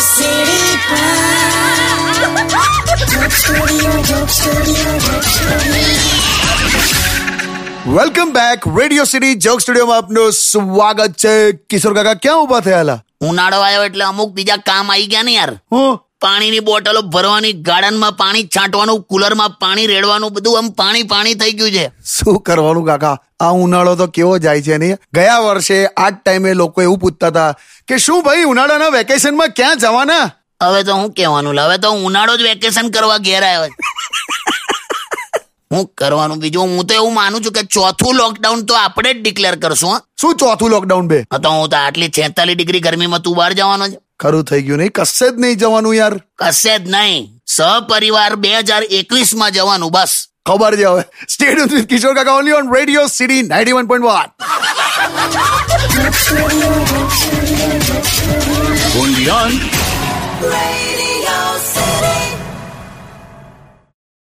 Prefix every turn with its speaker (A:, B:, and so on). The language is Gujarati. A: સીડી
B: welcome back radio city joke સ્ટુડિયોમાં આપનું સ્વાગત છે કિશોર કાકા ક્યાં ઉભા થયેલા
C: ઉનાળો આવ્યો એટલે અમુક બીજા કામ આવી ગયા ને યાર
B: હું
C: પાણીની બોટલો ભરવાની ગાર્ડનમાં પાણી છાંટવાનું કુલરમાં પાણી રેડવાનું બધું આમ પાણી પાણી થઈ ગયું છે
B: શું કરવાનું કાકા આ ઉનાળો તો કેવો જાય છે નહીં ગયા વર્ષે આ જ ટાઈમે લોકો એવું પૂછતા હતા કે શું ભાઈ ઉનાળાના વેકેશનમાં ક્યાં જવાના
C: હવે તો હું કહેવાનું લા, હવે તો હું ઉનાળો જ વેકેશન કરવા ઘેર આવ્યો છું. હું કરવાનું બીજું હું તો એવું માનું છું કે ચોથું લોકડાઉન તો આપણે જ ડિક્લેર કરશું હં.
B: શું ચોથું લોકડાઉન બે
C: હા તો હું તો આટલી છેતાલીસ ડિગ્રી ગરમીમાં તું બહાર જવાનો છે
B: ખરું થઈ ગયું નહીં કશે જ નહીં જવાનું યાર
C: કશે જ નહીં સહપરિવાર બે હજાર એકવીસ માં જવાનું બસ
B: ખબર છે હવે સ્ટેડિયમ વિથ કિશોર કાકા only on Radio City ninety one point one
A: Radio City.